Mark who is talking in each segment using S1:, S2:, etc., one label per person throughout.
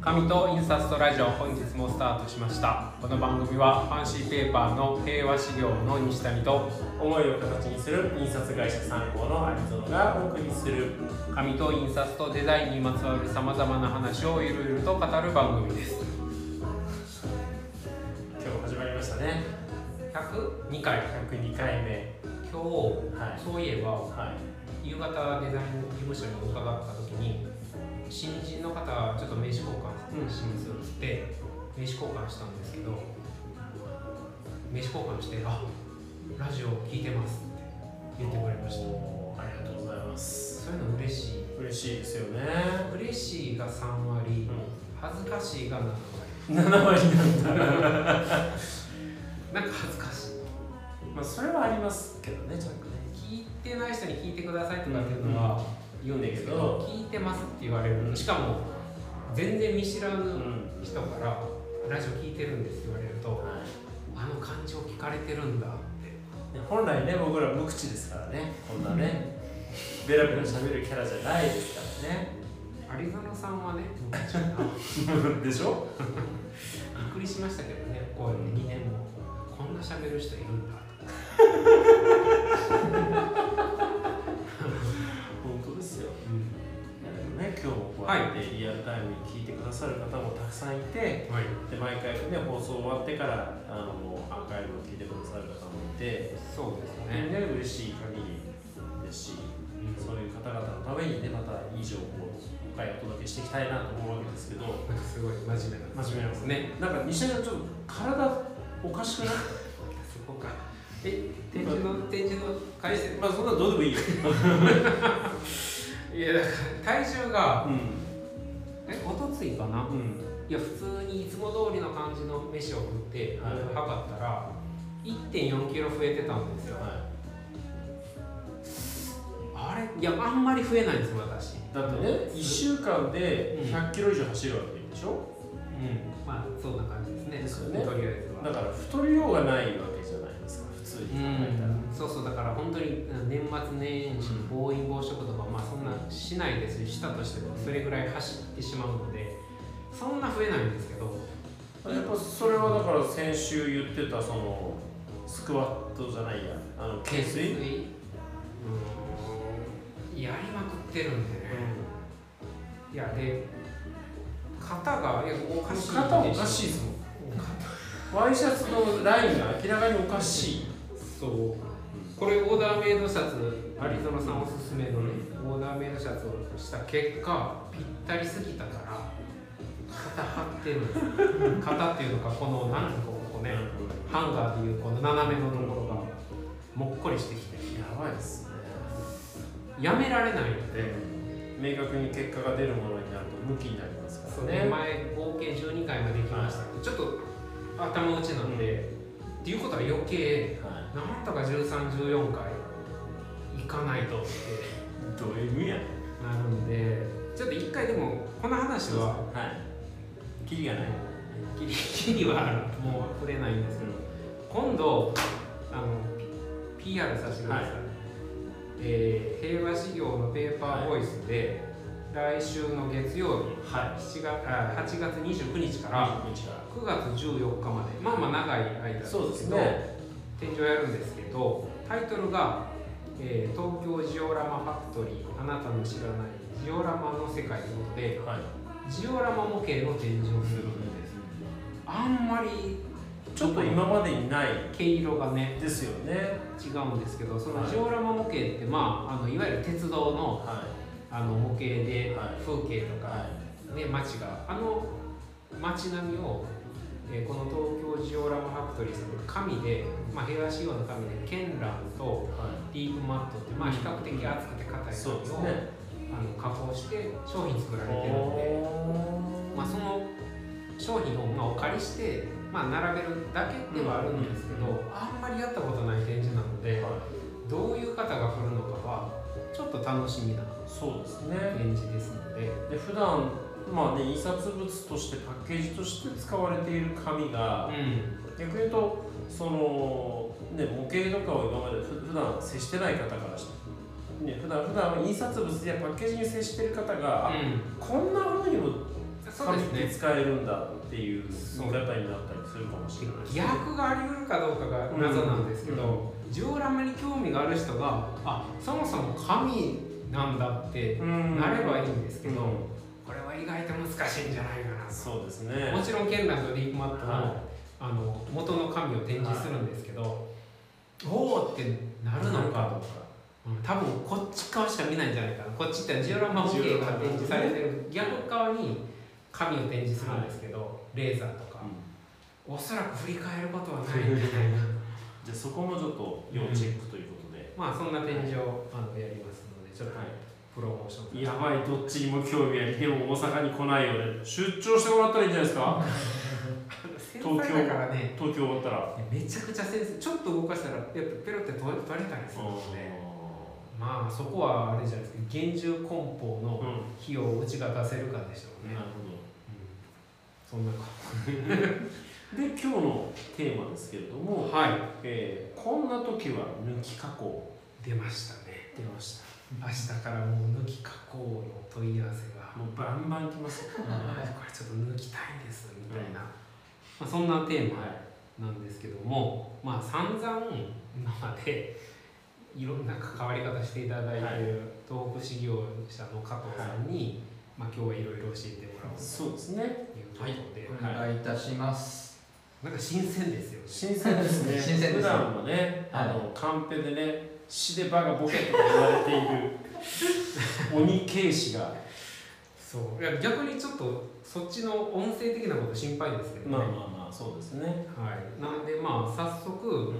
S1: 紙と印刷とラジオ本日もスタートしましたこの番組はファンシーペーパーの平和資料の西谷と
S2: 思いを形にする印刷会社参考のアリゾナがお送りする
S1: 紙と印刷とデザインにまつわるさまざまな話をゆるゆると語る番組です
S2: 今日も始まりましたね
S1: 102回
S2: 102回目
S1: 今日、
S2: はい
S1: そういえば
S2: はい
S1: 夕方デザイン事務所に伺った時に新人の方ちょっと名刺交換しますっつって名刺交換したんですけど名刺交換して「あラジオ聞いてます」って言ってくれました
S2: おーありがとうございます
S1: そういうの嬉しい
S2: 嬉しいですよね
S1: 嬉しいが3割
S2: う
S1: 恥ずかしいが7割
S2: ん7割なんだ
S1: な んか恥ずかしい
S2: まあそれはありますけどねちゃんとね
S1: 聞いてない人に聞いてくださいとかっていうのは言うんですけど、聞いてますって言われるしかも全然見知ら
S2: う
S1: ぬ
S2: ん
S1: 人から「ラジオ聞いてるんです」って言われると
S2: はい
S1: 「あの感情聞かれてるんだ」って
S2: ね本来ね僕ら無口ですからねこんなねベラベラ喋るキャラじゃないですからね
S1: アリゾナさんはね僕ちょっと
S2: でしょ
S1: びっくりしましたけど ねこうやって2年もこんな喋る人いるんだと
S2: 本当ですよ
S1: う
S2: いやでもね今日もこうやってリアルタイムに聞いてくださる方もたくさんいて、
S1: んはい
S2: で毎回ね放送終わってからあのアーカイブを聞いてくださる方もいて
S1: そうです
S2: みん
S1: ね
S2: なで嬉しい限りですしそういう方々のためにねまたいい情報を今回お届けしていきたいなと思うわけですけど
S1: なんかすごい真面目な
S2: 真面目なんです
S1: ね
S2: なんか西谷さんちょっと体おかしくない
S1: そうかえ展示の展示の解説
S2: まあそんなのどうでもいいよ、
S1: いやだから体重が
S2: うん
S1: えおとついかな
S2: うん、
S1: いや普通にいつも通りの感じの飯を食って
S2: はい
S1: 測ったら1 4キロ増えてたんですよ
S2: は
S1: あれいやあんまり増えないんですよ私
S2: い、だってね1週間で1 0 0キロ以上走るわけでしょ、
S1: うんまあそんな感じですね
S2: ですよね
S1: とりあえずは
S2: だから太りようがないわけじゃないですか普通に考えたら、
S1: うんそうそうだから本当にうん年末年始
S2: うん
S1: 暴飲暴食とかまあそんなしないですししたとしてもそれぐらい走ってしまうのでそんな増えないんですけど
S2: やっぱそれはだから先週言ってたそのスクワットじゃないやあの懸垂、
S1: うーんやりまくってるんでね、いやで肩がいやおかしい
S2: 肩おかしいですもんワイシャツのラインが明らかにおかしい、
S1: そうこれオーダーメイドシャツアリゾナさんおすすめのね、オーダーメイドシャツをした結果ぴったりすぎたから肩張ってるんです よ肩っていうのかこのなんかこうこうねハンガーでいうこの斜めのところがもっこりしてきて
S2: やばいですね
S1: やめられないので、
S2: 明確に結果が出るものになると向きになりますか
S1: そう
S2: らね
S1: ね、前合計12回まで行きましたけど、ちょっと頭打ちなんで、っていうことは余計
S2: は
S1: なんとか1314回行かないとって
S2: い、どういう意味や
S1: なるんでちょっと一回でもこの話は
S2: はいキリがない、
S1: ギリギリはあるもう触れないんですけど今度あの P- PR させてください、
S2: はい
S1: えー平和資料のペーパーボイスで、来週の月曜日
S2: は
S1: 7月あ8月29日
S2: い
S1: から
S2: こんにちは
S1: 9月14日までまあまあ長い間ですけど
S2: そうですね
S1: 展示をやるんですけどタイトルが、えー東京ジオラマファクトリーあなたの知らないジオラマの世界」ということで
S2: はい
S1: ジオラマ模型の展示をするんですあんまり
S2: ちょっと今までにない
S1: 毛色がね
S2: ですよね
S1: 違うんですけどそのジオラマ模型って、まあ、あのいわゆる鉄道の
S2: は
S1: あの模型で
S2: はい
S1: 風景
S2: い
S1: とか、
S2: は
S1: ね、街があの街並みを、えーこの東京ジオラマファクトリーさんの紙で、まあ、平和仕様の紙でケンランと
S2: いはい
S1: ディープマットってまあ比較的厚くて硬い
S2: そうです
S1: 紙を、
S2: ね。
S1: あの加工して商品作られてるんで、ま
S2: ま
S1: あ、その商品をまあお借りして、まあ、並べるだけではあるんですけど、
S2: うん
S1: あんまりやったことない展示なのでどういう方が来るのかはちょっと楽しみな
S2: そうですね。
S1: 展示ですので、
S2: で普段まあね印刷物としてパッケージとして使われている紙が、
S1: うん
S2: 逆に言うとそのね模型とかを今までふ普段接してない方からして、ね普段普段は印刷物やパッケージに接している方が、あ
S1: うん
S2: こんな風にも
S1: そうですね
S2: 紙って使えるんだっていう
S1: そう
S2: 見方になったりするかもしれないです
S1: 疑惑があり得るかどうかが謎なんですけど、ジオラマに興味がある人があそもそも神なんだって
S2: うん
S1: なればいいんですけど、
S2: うん
S1: これは意外と難しいんじゃないかなと
S2: そうですね
S1: もちろんケンランとリーフマットの,、
S2: はい
S1: あの元の神を展示するんですけど、おおってなるのか、うん多分こっち側しか見ないんじゃないかなこっちってジオラマ模型が展示されてる逆側に神を展示するんですけど、レーザーとか
S2: う。ん
S1: おそらく振り返ることはないんじゃないかな
S2: じゃあそこもちょっと要チェックということで、
S1: まあそんな展示を、あのやりますのでちょっと
S2: はい
S1: プロモーション
S2: やばいどっちにも興味ありでも大阪に来ないよね出張してもらったらいいんじゃないですか
S1: 繊細だからね
S2: 東京終わったら
S1: めちゃくちゃ繊細ちょっと動かしたらやっぱペロって取れ取れたりするので、まあそこはあれじゃないですか厳重梱包
S2: うん
S1: の費用をうちが出せるかでしょうね、
S2: なる
S1: そんなか
S2: ほどで今日のテーマですけれども、
S1: は
S2: えーこんな時は抜き加工
S1: い出ましたね
S2: 出ました
S1: 明日からもう抜き加工の問い合わせが
S2: もうバンバン来ますよ、
S1: あーこれちょっと抜きたいですみたいな、まあ、そんなテーマなんですけども、まあ散々今までいろんな関わり方していただいて
S2: はい
S1: いる東北事業者の加藤さんに、まあ、今日はいろいろ教えてもらおうと
S2: そうですね
S1: いうことで、
S3: お願いいたします。
S1: なんか新鮮ですよね。
S2: 新鮮ですね
S3: 新鮮です
S2: 普段はね、あのカンペでね死でバがボケとか言われてい る鬼警視が
S1: そういや逆にちょっとそっちの音声的なこと心配ですけどね。
S2: まあ
S1: はい、
S2: まあまあそうですね、
S1: なんでまあ早速、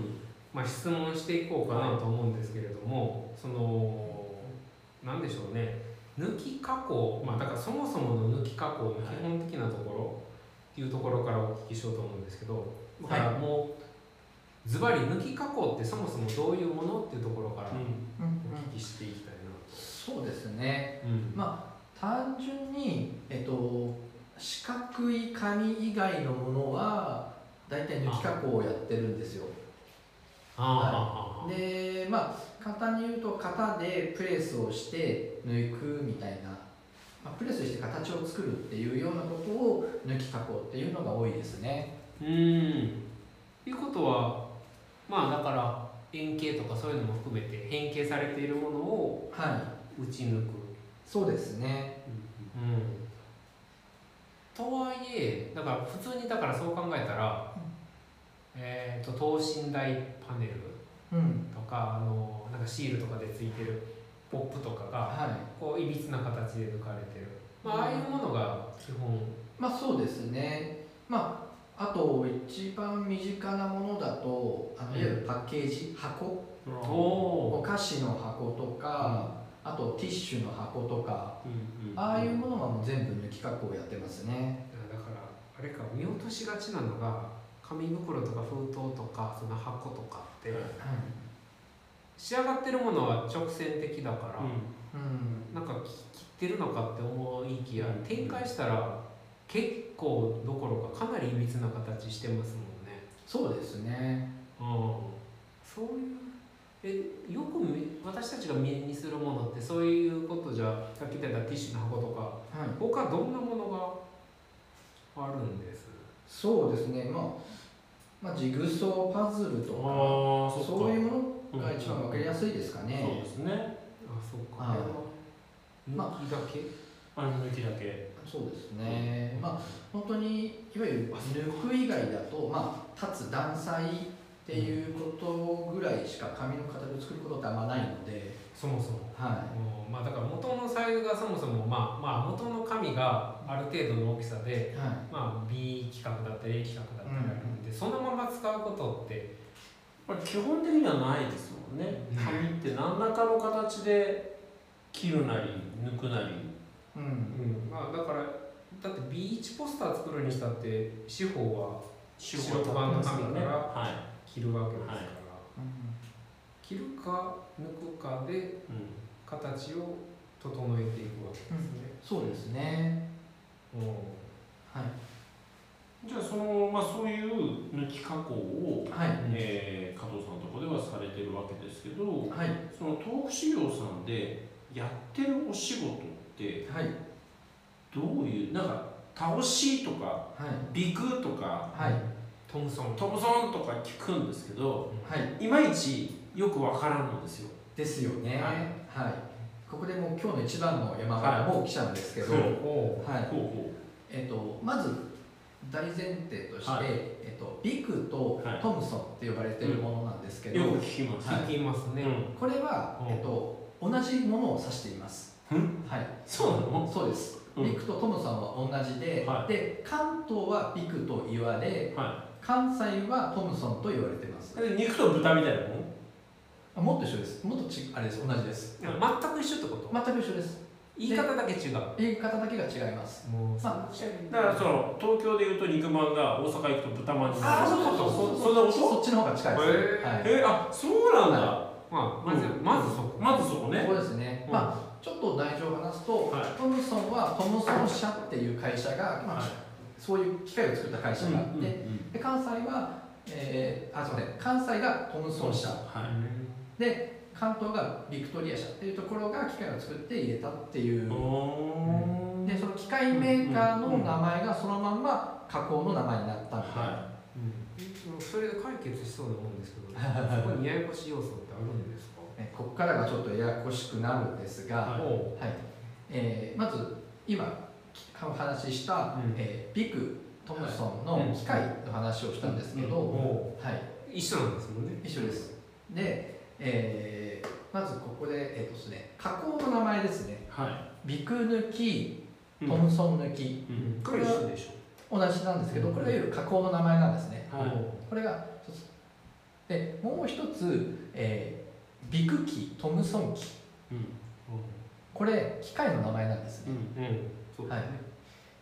S1: まあ、質問していこうかなと思うんですけれども、そのなんでしょうね抜き加工、まあ、だからそもそもの抜き加工の基本的なところ、っていうところからお聞きしようと思うんですけどだからもうズバリ抜き加工ってそもそもどういうものっていうところから
S2: う
S1: お
S2: ん
S3: うん
S1: 聞きしていきたいな
S3: そうですね。
S1: と。うん
S3: まあ単純にえっと四角い紙以外のものはだいたい抜き加工をやってるんですよ。
S1: あー
S3: でまあ簡単に言うと型でプレスをして抜くみたいな、まあ、プレスして形を作るっていうようなことを抜き加工っていうのが多いですね。
S1: うんということはまあだから円形とかそういうのも含めて変形されているものを
S3: はい。
S1: 打ち抜く
S3: そうですね。
S1: うんとはいえだから普通にだからそう考えたら、えー、と等身大パネル
S3: うん。
S1: とかあのなんかシールとかでついてるポップとかが
S3: はい。
S1: こういびつな形で抜かれてる、まあ、ああいうものが基本
S3: まあそうですね。まああと一番身近なものだとあのいわゆるパッケージ箱。お
S1: お
S3: 菓子の箱とか、あとティッシュの箱とか、
S2: うんうん
S3: ああいうものはもう全部抜き加工やってますね。
S1: だからあれか見落としがちなのが紙袋とか封筒とかその箱とかって
S2: はい
S1: 仕上がってるものは直線的だから、
S2: う
S3: うん、
S1: なんか切ってるのかって思いきや
S2: うん
S1: 展開したら結構どころかかなりいびつな形してますもんね。
S3: そうですね。
S1: うん、そういうえよくめ私たちが目にするものってそういうことじゃさっき言ったティッシュの箱とか
S3: はい。
S1: 他どんなものがあるんです
S3: そうですね。まあ、まあジグソーパズルと
S2: ん
S3: か、
S2: ああそ
S3: そう
S2: っか
S3: いうものが一番わかりやすいですか
S2: そう
S3: ね。
S2: ですね
S1: あそうか
S3: あ
S1: あ
S3: ー
S1: れは
S3: ま
S1: 抜きだけ、
S2: あれ抜きだけ
S3: そうですね。まあ本当にいわゆる抜く以外だと、まあ立つ断裁っていうことぐらいしか紙の形を作ることってあんまないので、
S1: そもそも
S3: は
S1: うんまあだから元のサイズがそもそもまあまあ元の紙がある程度の大きさで
S3: いはい。
S1: まあ、B 企画だったり A 企画だったりあるんで、そのまま使うことって
S2: これ基本的にはないですもんね
S1: うん
S2: 紙って何らかの形で切るなり抜くなり
S3: うん。
S1: うんまあだからだって B1 ポスター作るにしたって司法は
S2: 仕
S1: 白黒板の紙から
S2: は
S1: 切るわけですから、
S2: はい
S3: うん
S1: 切るか抜くかで
S2: い、うん、
S1: 形を整えていくわけですね。
S3: そうですね。
S1: う
S3: はい。
S2: じゃあそのまあそういう抜き加工を、
S3: はい。
S2: えー加藤さんのところではされてるわけですけど、
S3: はい。
S2: その東北修行さんでやってるお仕事って
S3: はい。
S2: どういうなんか倒しとか
S3: はい
S2: ビクとか
S3: はい
S1: トムソン
S2: トムソンとか聞くんですけど
S3: はい
S2: いまいちよくわからんのですよ
S3: ですよね
S2: は
S3: はいい、ここでもう今日の一番の山からもう来ちゃうんですけど、
S2: は
S3: はいい
S1: お
S2: ほうほ
S3: えっとまず大前提として、
S2: はい
S3: えっと、ビクと
S2: はい
S3: トムソンって呼ばれてるものなんですけ
S2: う
S3: ど、
S2: よく聞きます、
S3: はい
S1: 聞きますね、
S2: うん
S3: これは
S2: う、ん
S3: えっと、同じものを指しています、
S2: うん
S3: はい、
S2: そうなの
S3: そうです、
S2: うん
S3: ビクとトムソンは同じで、
S2: はい
S3: で関東はビクと言われ
S2: は
S3: 関西はトムソンと言われてます
S2: いで肉と豚みたいなもん
S3: あもっと一緒ですもっとちあれです同じです
S1: いや全く一緒ってこと、
S3: 全く一緒です
S1: 言い方だけ違う
S3: 言い方だけが違います
S1: もう
S3: ま
S2: だからその東京でいうと肉まんが大阪行くと豚まんになる
S1: あーそうそうそう
S2: そんなこ
S3: そそっちの方が近いです、
S1: へー
S3: はい
S2: えあそうなんだ、
S1: まあまず、まずそこ
S2: まずそこね
S3: そうですね、
S2: うん
S3: まあちょっと内情を話すと、
S2: は
S3: トムソンはトムソン社っていう会社が、まあ
S2: はい
S3: そういう機械を作った会社があって、で関西は、えーあすいません関西がトムソン社
S2: は
S3: で関東がビクトリア社っていうところが機械を作って入れたってい
S2: い、
S3: う、
S2: おー
S3: でその機械メーカーの名前がそのまんま加工の名前になったみたいな、
S2: は
S1: うんそれで解決しそうなもんですけど、そこにややこしい要素ってあるんですか
S3: ねここからがちょっとややこしくなるんですが、
S2: はい
S1: おう
S3: はいえーまず今お話しした、
S1: うん
S3: えービク・トムソン
S2: はい
S3: の機械の話をしたんですけど、
S2: うん
S1: おう
S3: はい、
S1: 一緒なんですもんね
S3: 一緒ですで、えーまずここで,、えーとですね、加工の名前ですね
S2: いは
S3: ビク抜き
S2: い
S3: トムソン抜き、
S2: うん
S1: これ一緒でし
S3: 同じなんですけどこれはいわゆる加工の名前なんですね
S1: ょ、
S2: はい
S1: お
S3: これが一つでもう一つ、えービク機トムソン機
S2: うん
S3: これ機械の名前なんです
S2: う
S3: ね、
S2: ん
S1: ううんそうだね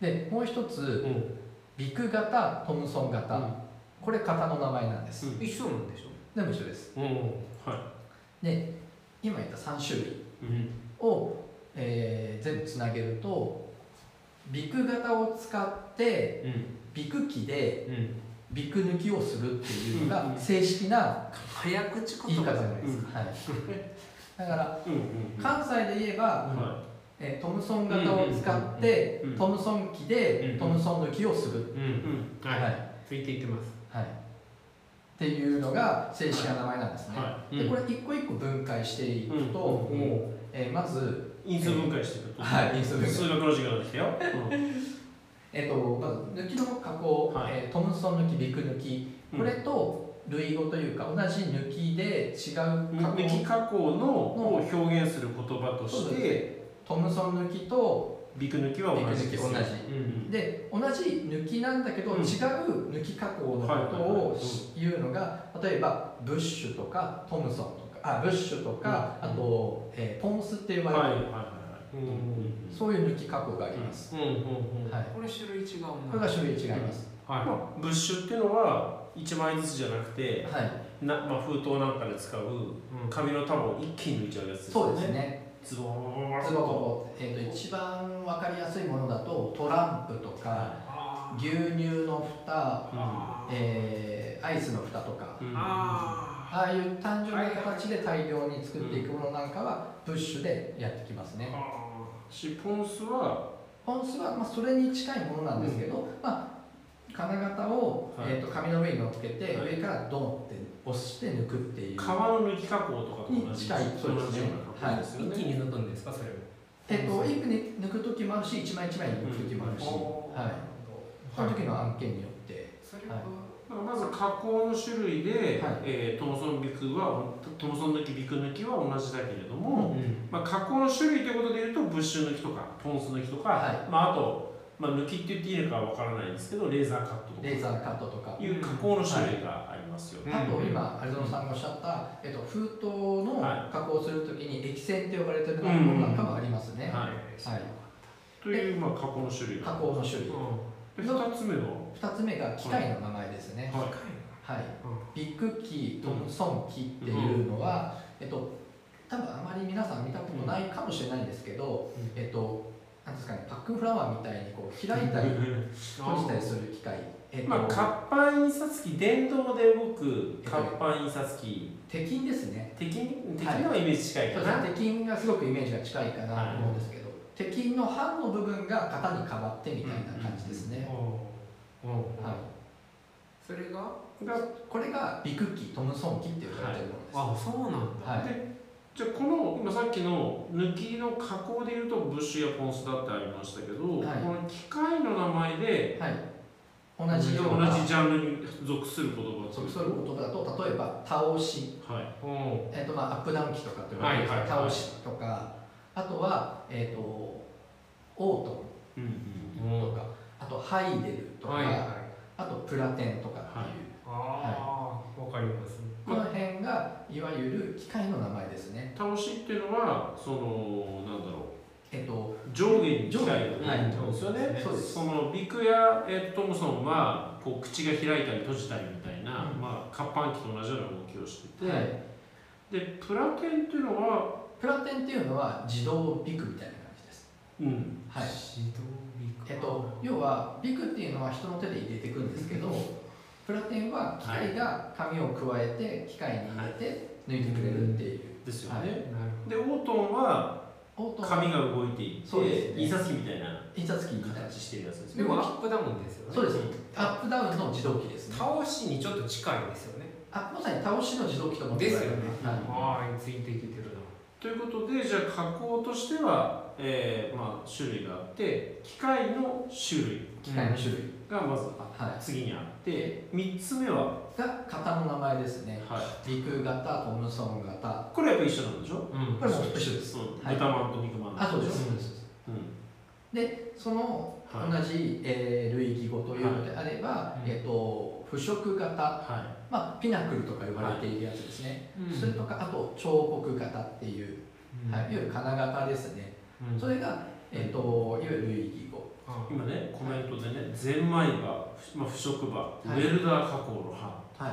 S3: でもう一つ
S1: うん
S3: ビク型トムソン型、
S2: うん
S3: これ型の名前なんです、
S2: うん
S1: 一緒なんでしょ
S3: 全部一緒です
S1: うん
S2: は
S3: で今言った3種類
S2: いうん
S3: を、えー全部つなげるとビク型を使って
S2: うん
S3: ビク機で
S2: うん
S3: ビク抜きをするっていうの
S2: うんう
S3: が
S2: ん
S3: 正式な
S1: 早口
S3: 言い
S1: 言葉
S3: 方
S1: じゃ
S3: じゃ
S1: な
S3: ない
S1: で
S3: いですす
S1: か
S3: か、はい、 だから
S2: うんうん
S3: 関西で言えば、
S2: は
S3: えートムソン型を使って
S2: うんうんうんうん
S3: トムソン機で
S2: うん
S3: トムソン抜きをする、
S1: う
S2: いうんん
S1: はい、
S3: はい
S1: ついていってます
S3: はい、っていうのが正式な名前なんですね、
S2: はい
S3: でこれ一個一個分解していくと、
S1: おう
S3: えーまず、
S2: 因数分解していくと
S3: はい因数分解
S2: 数学の授業ができたよ
S3: えー、とまず抜きの加工、
S2: はい
S3: えートムソン抜きビク抜き
S2: うん
S3: これと類語というか同じ抜きで違う加
S2: うん
S3: 工、
S2: 抜き加工のを表現する言葉として
S3: トムソン抜きと
S2: ビク抜きは
S3: ビク
S2: 同
S3: 抜
S2: じ
S3: き
S2: です
S3: 同
S2: よ
S3: じ
S2: うん
S3: で同じ抜きなんだけど、
S2: うん
S3: 違う抜き加工のこと
S2: はいはいは
S3: を
S2: い
S3: し言うのが例えばブッシュとかトムソンとかあブッシュとか、
S2: うん
S3: あと、えーポンスって言
S2: は
S3: わ
S2: い
S3: れ
S2: はい
S3: る、
S2: はい
S1: うん
S3: そういう抜き加工があります、
S1: うんうんうん
S3: はい
S1: これ種類違うな
S3: これが種類違います、
S1: は
S2: まあ、ブッシュっていうのは1枚ずつじゃなくて
S3: はい
S2: な、まあ、封筒なんかで使う
S1: い、うん
S2: 紙の束を一気に抜いちゃうやつです
S3: そう
S2: よ
S3: です
S2: ね
S3: ね
S2: ズボーン
S3: ズボコえー、と一番わかりやすいものだとトランプとか
S1: あ
S3: 牛乳の蓋、
S1: あー
S3: えーアイスの蓋とか
S2: うん
S1: あ
S3: ああいう単純な形で大量に作っていくものなんかはブッシュでやってきます
S1: ー
S3: ね
S1: あ
S2: シポンスは
S3: 本数は、まあ、それに近いものなんですけど、まあ金型を、
S2: はい
S3: えー、と紙の上に乗っけて、
S2: はい
S3: 上からドンって押して抜くっていう
S2: 皮の抜き加工とかと同
S3: に
S2: じ
S3: 近いそうで
S2: 同
S3: すね
S2: じような加工ですよ
S1: ー
S2: ね、
S1: 一気に抜くんですかそれを
S3: えっと一個に抜く時もあるし一枚一枚抜く時もあるし、
S2: うん
S3: はいその時の案件によって
S1: それ
S3: は
S1: はい
S2: だからまず加工の種類で、
S3: はい
S2: えートムソンビクはトムソン抜きビク抜きは同じだけれども、
S1: うん
S2: まあ、加工の種類ということでいうとブッシュ抜きとかポンス抜きとか、
S3: は
S2: まあ、あと、まあ、抜きって言っていいのかわからないんですけどレーザーカットとか
S3: レーザーカットとか
S2: いう加工の種類がありますよ、
S1: うん
S3: あと今有園さんがおっしゃった、えっと、封筒の
S2: は
S3: 加工をするときに液栓って呼ばれてるものなんかもありますね、
S2: はい
S3: はい
S2: というまあ加工の種類
S3: 加
S2: が
S3: 工の種類
S1: う
S2: で2つ目は
S3: 2つ目が機械の名前ですね、
S2: はい
S3: はいビッグ機トムソン機っていうのは、えっと多分あまり皆さん見たことないかもしれないんですけど、
S1: うん
S3: えっとなんですかねパックンフラワーみたいにこう開いたり閉 じたりする機械、えっと
S2: まあ、活版印刷機電動で動く活版印刷機
S3: 鉄筋ですね
S2: 的に的なイメージ近いかな、
S3: 鉄筋がすごくイメージが近いかなと思うんですけど、敵の半の部分が型に変わってみたいな感じですね、
S1: うん
S3: はい
S1: それが
S3: がこれがビクッキートムソンキーって呼ばれてるものです、
S1: あそうなんだ、
S3: はい
S2: じゃあこの今さっきの抜きの加工でいうとブッシュやポンスだってありましたけど、
S3: はい
S2: この機械の名前で
S3: はい、同じよう
S2: 同
S3: な
S2: じジャンルに属する言葉
S3: そうそういう言葉だと例えば倒し、
S2: はい
S1: うん
S3: えーとまあ、アップダウン機とかって言われてるんですけど
S2: はいはいは
S3: 倒
S2: い
S3: しとかあとは、えー、とオート
S2: うんうん
S1: うん
S3: とかあとハイデルとか、
S1: はいはい
S3: あとプラテンとかっていう、
S1: ああわかります
S3: この辺がいわゆる機械の名前ですね
S2: 倒しっていうのはそのなんだろう
S3: えっ、と
S2: 上下に近い
S1: はい
S2: そうですよね
S3: そうです
S2: そのビクや、えートムソンはこう口が開いたり閉じたりみたいな、
S3: うん
S2: まあ、活版機と同じような動きをしてて、
S3: はい
S2: でプラテンっていうのは、
S3: プラテンっていうのは自動ビクみたいな感じです
S2: うん、
S3: はい
S1: 指導ビク
S3: えっと、要はビクっていうのは人の手で入れていくんですけどプラテンは機械が紙を加えて機械に入れて抜いてくれるっていう、
S2: ですよね、
S3: はい
S1: なる
S2: でオートンは
S3: オート
S2: 紙が動いていて、
S3: そうですね
S2: 印刷機みたいな
S3: 印刷機みたいな
S2: 形してるやつで
S1: ほ
S2: す
S1: どで
S2: ね
S1: もアップダウンですよね
S3: そうですアップダウンの自動機ですね
S1: 倒しにちょっと近いですよね
S3: あまさに倒しの自動機と思って
S1: です
S3: く
S1: よ
S3: だ
S1: ね
S3: さい
S1: ああついていけてる
S2: ということでじゃあ加工としては、えーまあ、種類があって機械の種類
S3: 機械の種類
S2: がまずあ
S3: は
S2: 次にあって3つ目は、
S3: いが型の名前ですね
S2: はい、
S3: ビク型トムソン型
S2: これやっぱ一緒なんでしょ
S1: なうん
S3: これも一緒です
S2: うん
S3: はい
S2: 豚まんと肉まん
S3: あそうです
S1: うん
S3: そうです
S2: うん
S3: その同
S2: はい
S3: じ、えー類義語というのであれば、
S1: い
S3: えっ、と腐食型、
S2: は
S3: まあ、ピナクルとか言われているやつですね、
S1: うん
S3: それとかあと彫刻型っていう、
S1: うん
S3: はい、いわゆる金型ですね、
S1: うん
S3: それが、えっといわゆる類義語
S1: あ
S2: い今ねコメントでねゼンマイ刃、ふまあ、不織刃、
S3: い
S2: ウェルダー加工の刃
S3: はい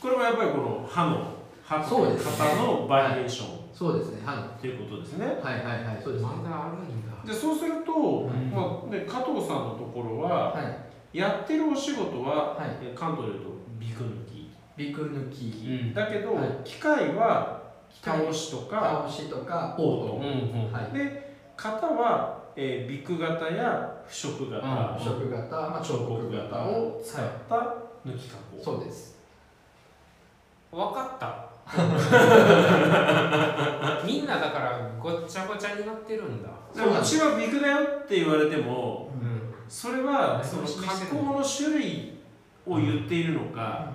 S2: これはやっぱりこの刃の刃と
S3: そうですね
S2: 型のバリエーション
S3: そうですねは
S2: っていうことですね
S3: いはいはいはいそうですね
S1: まだあるんだ
S2: でそうすると、
S1: ん
S2: まあね、加藤さんのところは
S3: はい
S2: やってるお仕事は、
S3: はい
S2: え関東でいうとビク抜き、
S3: ビク抜き
S1: うん
S2: だけど、
S3: はい
S2: 機械は
S3: 機械
S2: 倒しとか
S3: 倒しとかオー
S1: うん
S3: トはい
S2: で型は、えービク型や不織型、
S1: うん
S3: 腐食型、まあ、彫刻型を使う、は
S2: 型抜き加
S3: い、
S2: 工
S3: そうです
S1: わか ったみんなだからごっちゃごちゃになってるんだ
S2: でもうちはビクだよって言われても
S1: うん
S2: それ
S1: う
S2: は
S1: ん
S2: その加工の種類を言っているのか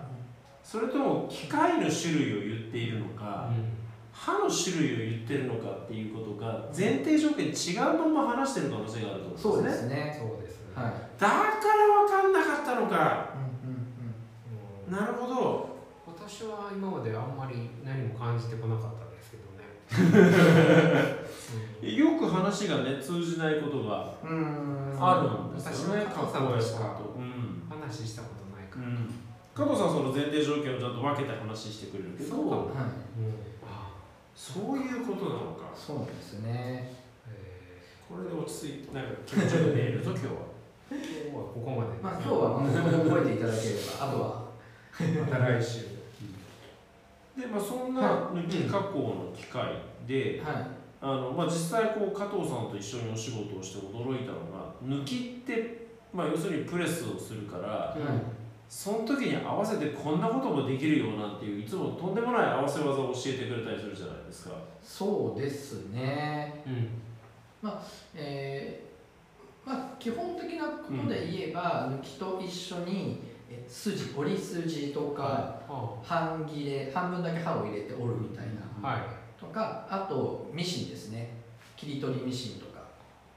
S2: それとも機械の種類を言っているのか歯の種類を言ってるのかっていうことが前提条件違うまま話してる可能性があると思
S3: そ
S2: うん
S3: う
S2: で
S3: です
S2: ね
S3: すね
S1: そうですね
S3: はい、
S2: だから分かんなかったのか
S3: うんうんう
S1: うん
S2: な
S3: ん
S2: るほど
S1: 私は今まであんまり何も感じてこなかったんですけどね、 うん
S2: よく話がね通じないことが
S3: うーん
S2: あるんですよね
S1: 私は加藤さんとしか
S2: 加藤さんとうん
S1: 話したことないか
S2: う
S1: ら、
S2: ん加藤さんはその前提条件をちゃんと分けて話してくれるけど
S1: そうかも
S3: はい、
S1: うんあ
S2: そういうことなのか。
S3: そうなんですね。
S1: え
S2: これで落ち着いて、なんか気持ちよく寝れるぞ、今日は。
S1: ー今日はここまで、
S3: まあ今日はもう覚えていただければ、あとは
S1: また来週
S2: で、まあ、そんな
S3: は
S2: 抜き加工の機械で、
S3: は
S2: あのまあ、実際こう加藤さんと一緒にお仕事をして驚いたのが抜きって、まあ、要するにプレスをするから
S3: い、
S1: うん
S3: はい、
S2: その時に合わせてこんなこともできるよなんていういつもとんでもない合わせ技を教えてくれたりするじゃないですか。
S3: そうですね。
S1: うん
S3: えーまあ基本的なことで言えば、抜きと一緒にえ筋折り筋とか、
S1: あ
S3: 半切れ半分だけ刃を入れて折るみたいな
S1: あはい
S3: とか、あとミシンですね。切り取りミシンとか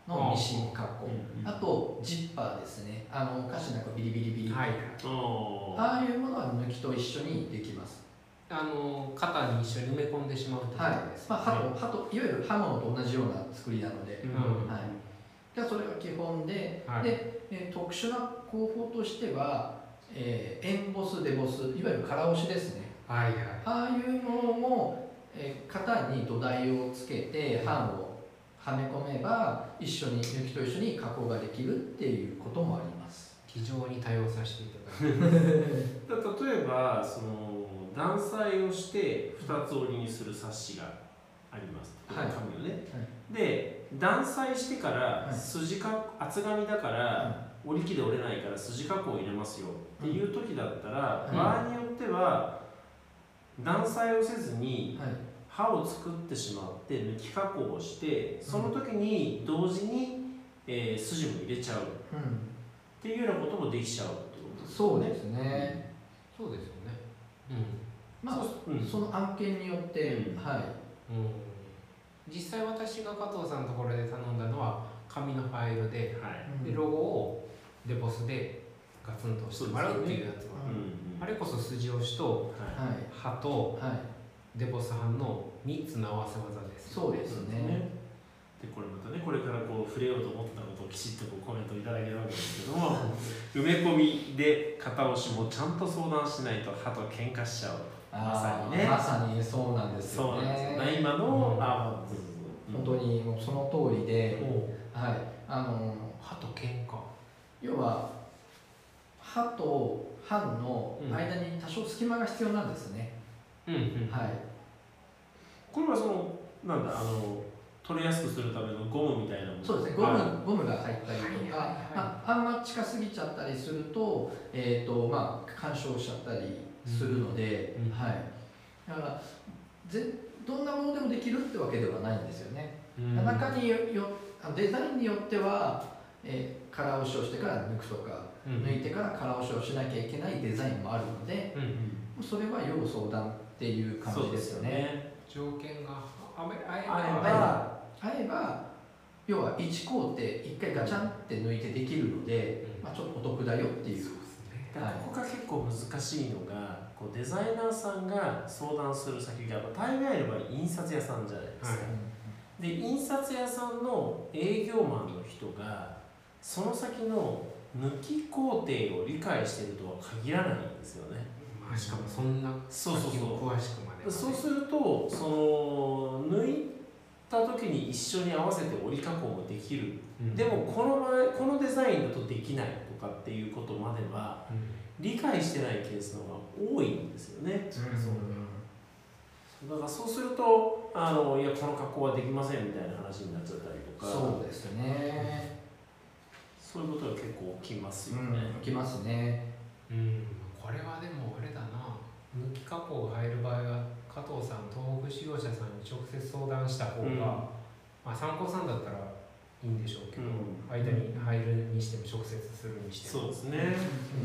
S3: のミシン加工。
S2: うん
S3: あとジッパーですね。あのお菓子なんかビリビリビリ。
S1: はい
S2: あ
S3: ああいうものは抜きと一緒にできます。
S1: あの肩に一緒に埋め込んでしまうってこ
S3: はい
S1: とです、。
S3: まあ、刃と、刃と、いわゆる刃物と同じような作りなので
S2: ー、うん
S3: はいじゃあそれが基本で、
S1: はい
S3: で、えー特殊な工法としては、えーエンボス、デボス、いわゆる空押しですね。
S1: はいはい
S3: ああいうものも、えー型に土台をつけて、刃をはめ込めば、一緒に、抜きと一緒に加工ができるっていうこともあります。
S1: 非常に多用させていただきます
S2: だ例えばその断裁をして二つ折りにする冊子があります、
S3: はい
S2: 紙をね、
S3: は
S2: で断裁してか
S3: は
S2: ら
S3: い
S2: 筋か厚紙だから折り機で折れないから筋加工を入れますよっていう時だったら
S3: うん
S2: 場合によっては断裁をせずに
S3: はい
S2: 刃を作ってしまって抜き加工をしてその時に同時に、えー筋も入れちゃうっ
S3: うん
S2: ていうようなこともできちゃうってことです
S3: そうですね
S1: そうですよね
S3: まあ
S2: うん
S3: その案件によって、
S2: うん
S3: はい
S1: うん、うん、実際私が加藤さんのところで頼んだのは紙のファイルで
S2: はい
S1: でロゴをデボスでガツンと押してもらうっていうやつは、
S2: うん
S1: あれこそ筋押しと
S2: は
S3: はい
S1: 歯と
S3: はい
S1: デボス版の3つの合わせ技です
S3: そう
S2: い
S3: ですね
S2: でこれまたねこれからこう触れようと思ったことをきちっとこうコメントいただけるわけですけども埋め込みで片押しもちゃんと相談しないと歯と喧嘩しちゃう
S3: あー
S2: まさにね
S3: まさにそうなんです
S2: そう
S3: よ
S2: なんですよね
S3: ね
S2: 今の、
S1: うん
S2: あそうそう
S3: 本当にもうその通りで、
S1: もう
S3: はいあの
S1: 歯と喧嘩
S3: 要は歯と歯の間に多少隙間が必要なんですね、
S1: うんうん
S3: はい
S2: これはそのなんだあの取れやすくするためのゴムみたいなもの
S3: そうですねゴム,、
S2: は
S3: ゴムが入ったりとか、
S1: はいはいはい
S3: まあ、あんま近すぎちゃったりすると,、えーとまあ、干渉しちゃったりするので、
S1: うんうん
S3: はい、だからぜどんなものでもできるってわけではないんですよね、
S1: うん
S3: 中によよあのデザインによっては、えー空押しをしてから抜くとか、
S1: うん
S3: 抜いてから空押しをしなきゃいけないデザインもあるので
S1: うん
S3: それは要相談っていう感
S2: そう
S3: じですよね
S1: 条件があめあえ
S2: あれ
S1: ば
S2: ば、
S3: あれば要は1工程1回ガチャンって抜いてできるので、
S1: うん
S3: まあ、ちょっとお得だよっていう
S1: そうですね
S2: だからここが結構難しいのがこうデザイナーさんが相談する先がまあ大概の場合印刷屋さんじゃないですか、で印刷屋さんの営業マンの人がその先の抜き工程を理解してるとは限らないんですよね
S1: まあしかもそんな
S2: そうそうそう
S1: 詳しくまではね
S2: そうするとその抜いた時に一緒に合わせて折り加工もできる、
S1: うん
S2: でもこの場合このデザインだとできないとかっていうことまでは
S1: うん
S2: 理解してないケースの方が多いんですよね
S1: そりゃそう
S2: だからそうするとあのいやこの加工はできませんみたいな話になっちゃったりとか
S3: そうですね、
S2: そういうことが結構起きます
S3: う
S2: よね、
S3: ん、きますね
S1: だうんこれはでもあれだな抜き加工が入る場合は加藤さん東北使用者さんに直接相談した方が、
S2: うん
S1: まあ参考さんだったらいいんでしょうけど、
S2: うん
S1: 間に入るにしても直接するにしても
S2: そうですね、
S1: で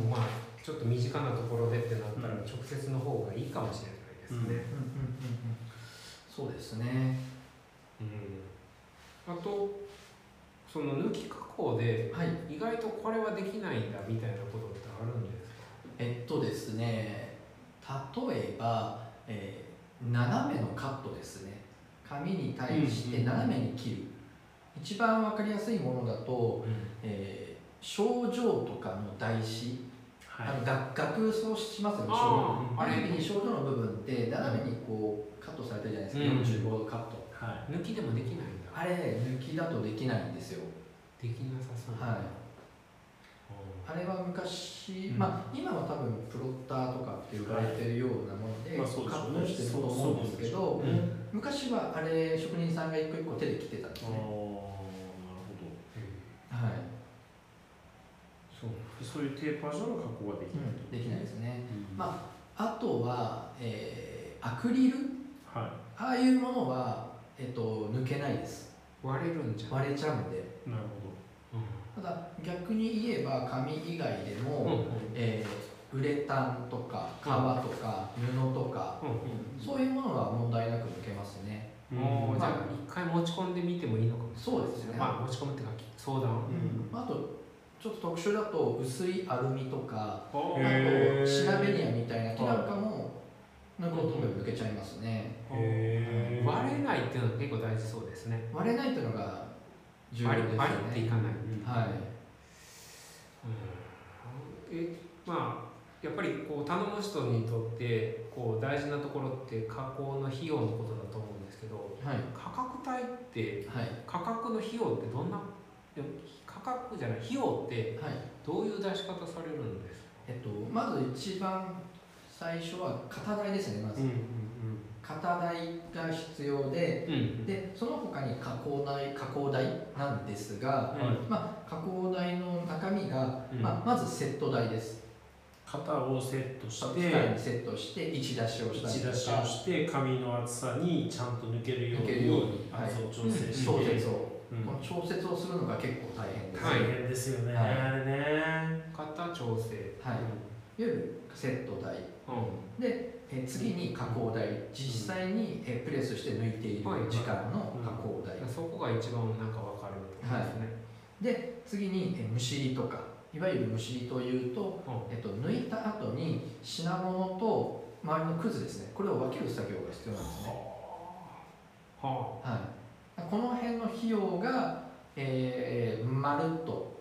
S1: もまあちょっと身近なところでってなったら
S2: うん
S1: 直接の方がいいかもしれないですね。
S3: うんうんうんうんそうですね
S1: うんあとその抜き加工で
S3: はい
S1: 意外とこれはできないんだみたいなことってあるんですか
S3: えっとですね例えば、えー斜めのカットですね紙に対し
S2: うん
S3: て
S2: うん
S3: 斜めに切る、一番わかりやすいものだと、えー賞状とかの台紙、
S2: はい
S3: あのが額装しますよね賞
S1: あ
S3: 状
S1: あ
S3: あ
S1: あれ
S3: れに賞状の部分って斜めにこうカットされてるじゃないですか、
S1: うん
S3: 45度カット
S2: は
S1: 抜きでもできないんだ
S3: あれ抜きだとできないんですよ
S1: できなさそう
S3: はい
S1: い
S3: あれは昔、
S1: うん
S3: まあ今は多分プロッターとかって呼ばれてるようなもので、
S2: いまあそうでし
S3: カ
S2: ょうね
S3: ットしてると思うんですけ
S2: そう
S3: ど
S2: そうでしょうね
S3: 昔はあれ職人さんが一個一個手で切ってたんで
S2: あ
S3: す
S2: ーなる
S3: ね
S2: ほ
S3: はい、
S1: そう
S2: どそういうテーパー状の加工ができないと、
S3: できないですね
S2: うん
S3: まあとは、えーアクリル
S2: は
S3: ああいうものは、えっと抜けないです
S1: 割れるんじゃない
S3: 割れちゃうんで
S2: いなる
S3: ただ逆に言えば紙以外でも、
S1: うんうん
S3: えーウレタンとか革とか布とか、
S1: うん
S3: そういうものは問題なく抜けますね
S1: もう
S2: ほど、うん
S1: じゃあ一回持ち込んでみてもいいのかもし
S3: そう
S1: れ
S3: です
S1: ない
S3: ね、
S1: まあ持ち込むってか相談
S2: うん
S3: まあ、あとちょっと特殊だと薄いアルミとか
S1: あー
S3: あと
S2: へー
S3: シラベニアみたいな木なんかも抜こうと思えば抜けちゃいますね
S2: へー
S1: 割れないっていうのは結構大事そうですね
S3: 割れないというのが重要
S1: 割
S3: ですよ
S1: り
S3: ね
S1: 割っていかない、
S3: はい
S1: えまあやっぱりこう頼む人にとってこう大事なところって加工の費用のことだと思うんですけど
S3: はい
S1: 価格帯って
S3: はい
S1: 価格の費用ってどんな価格じゃない費用って
S3: はい
S1: どういう出し方されるんですか
S3: えっとまず一番最初は型台ですねまず
S2: うん
S3: 型台が必要で
S1: うん
S3: でその他中に加工台加工台なんですが、まあ、加工台の中身が、
S2: うん
S3: まあ、まずセット台です
S2: 型をセットし
S3: 機械
S2: て
S3: にセットして位置出しをし
S2: 打
S3: たり
S2: ち
S3: と
S2: 出し
S3: か
S2: をして紙の厚さにちゃんと抜けるよう
S3: 抜けるよう
S2: に
S3: にはい
S2: 厚を調整して、
S3: 調節を、
S2: うん
S3: この調節をするのが結構大変です、
S1: はい
S2: 大変ですよね、
S3: はい
S2: あれね、
S1: 型調整
S3: はい、いわゆるセット台
S1: う
S3: でえ次に加工台実際にえプレスして抜いている時間の加工台
S1: んそこが一番なんかわかるですね、
S3: で次にえむしりとかいわゆるむしりというと、えっと、抜いた後に品物と周りのくずですねこれを分ける作業が必要なんですね
S1: はあ
S3: はい、この辺の費用が、えーまるっと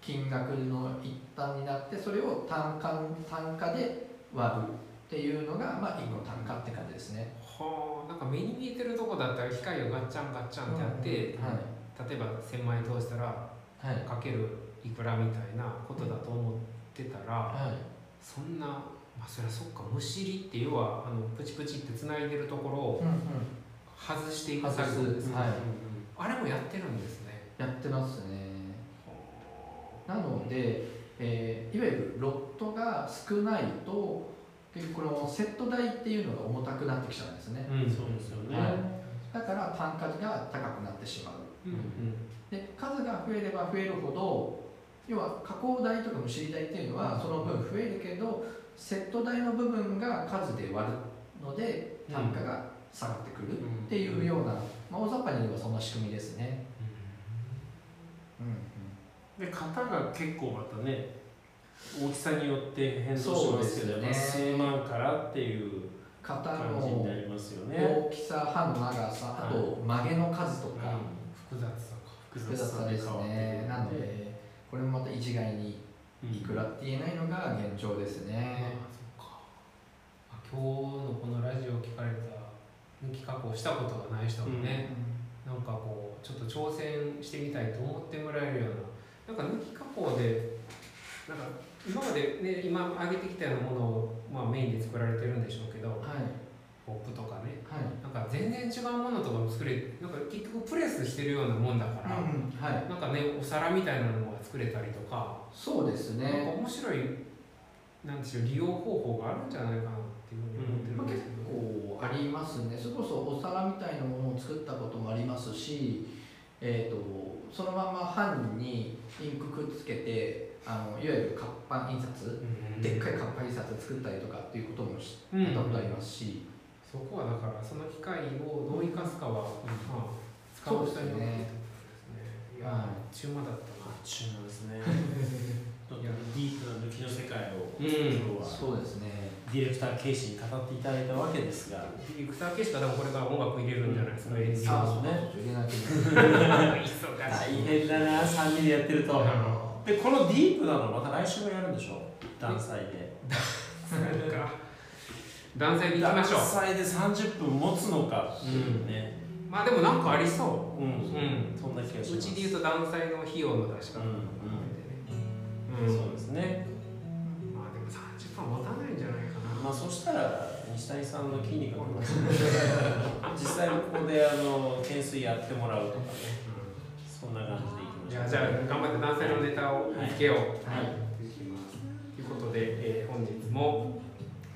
S3: 金額の一端になってそれを単価単価で割るっていうのが、まあ、一個単価って感じですね。
S1: はあなんか目に見えてるとこだったら機械をガッチャンガッチャンってやって、
S3: は
S1: 例えば1,000万円通したら
S3: いはい
S1: かけるいくらみたいなことだと思ってたら、
S3: はい
S1: そんな、まあ、そりゃそっかむしりって要はあのプチプチってつないでるところを
S3: うんうん
S1: 外していく作業ですね
S3: はい
S1: あれもやってるんですね
S3: やってますねなので、えーいわゆるロットが少ないと結構このセット代っていうのが重たくなってきちゃうんですね、
S2: うんそうですよね、
S3: はい、だから単価が高くなってしまう
S1: うん
S3: で数が増えれば増えるほど要は加工代とかむしり代っていうのはその分増えるけどセット代の部分が数で割るので単価が下がってくるっていうような、まあ、大雑把に言えばそんな仕組みですね。うん
S2: で型が結構またね大きさによって変動しますけど
S3: そう
S2: まあ
S3: です
S2: 数
S3: よね
S2: 万からっていう
S3: 型
S2: 感じにな
S3: の
S2: りますよね
S3: 大きさ刃の長さあと曲げの数とか
S1: 複雑さか
S3: 複雑さですねなのでこれもまた一概に
S2: うん
S3: いくらって言えないのが現状です
S1: ああ
S3: ね。
S1: そっかあ今日のこのラジオを聞かれた抜き加工したことがない人もね、なんかこうちょっと挑戦してみたいと思ってもらえるようななんか抜き加工でなんか今までね今上げてきたようなものを、まあ、メインで作られてるんでしょうけど
S3: はい
S1: ポップとかね
S3: はい
S1: なんか全然違うものとかも作れなんか結局プレスしてるようなもんだから、
S3: うんうんはい、
S1: なんかねお皿みたいなのが作れたりとか、
S3: そうです
S1: なんか
S3: ね、
S1: 面白いなんですよ利用方法があるんじゃないかなっていうふうに
S3: ま
S1: 思って
S3: あ、
S1: るんで
S3: 結
S1: すけど、
S3: 構ありますね、それこそお皿みたいなものを作ったこともありますし、えー、とそのまま版にインクくっつけて、あのいわゆる活版印刷、でっかい活版印刷作ったりとかっていうこともし
S1: うん
S3: やったことありますし、
S1: そこはだからその機械をどう生かすかは、まあ、使
S3: そううで
S1: 人
S3: す
S1: によって
S3: ね
S1: いや、
S3: は
S1: 中間だった
S2: あ
S1: な。
S2: っちゅう間です ねちょっとディープな抜きの世界を
S1: うん
S2: 今日は
S3: そうですね、
S2: ディレクターケイシに語っていただいたわけですが
S1: ビクターケシカでもこれから音楽入れるんじゃないですか、
S2: うん
S1: 演奏
S2: あ
S3: そうね、入れなきゃいけな い
S1: 忙しい。
S2: 大変だな3人でやってるとでこのディープなのまた来週もやるんでしょ断裁で
S1: そうか断裁でいきましょう
S2: 断。裁で30分持つのかっていうね
S1: まあでもなんかありそう。
S2: うん、
S1: うん
S2: そんな気がし
S1: う
S2: ます
S1: ちで言うと断裁の費用の出し方とかも含めてね。
S2: そうですね
S1: うん。まあでも30分持たないんじゃないかな。
S2: まあそしたら西谷さんの筋肉の 話実際ここであの懸垂やってもらうとかねそんな感じでいきまし
S1: じ
S2: ょ
S1: ゃ
S2: う
S1: あ、じゃあ頑張って男性のネタを見つけよう。
S3: はい
S1: いきますということで、えー本日も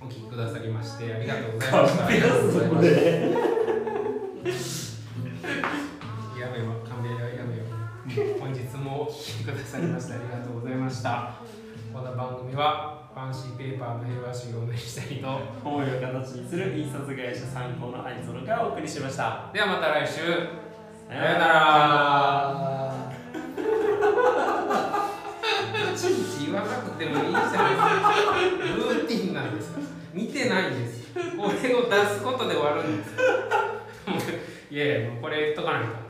S1: お聞きくださりましてありがとうございました。
S2: 完璧ですねこれ
S1: やめよう、勘弁はやめよう。本日もお聞きくださりましてありがとうございました。この番組はファンシーペーパーの平和主義を目指したりと。
S2: 思いを形にする印刷会社参考のアニソロがお送りしました
S1: ではまた来週。
S2: さ
S1: さようなら。
S3: あー
S1: い ちいち言わなくてもいいじゃないですか。ルーティンなんですから。見てないん です。俺を出すことで終わるんです。いやいや、もうこれ言っとかないと。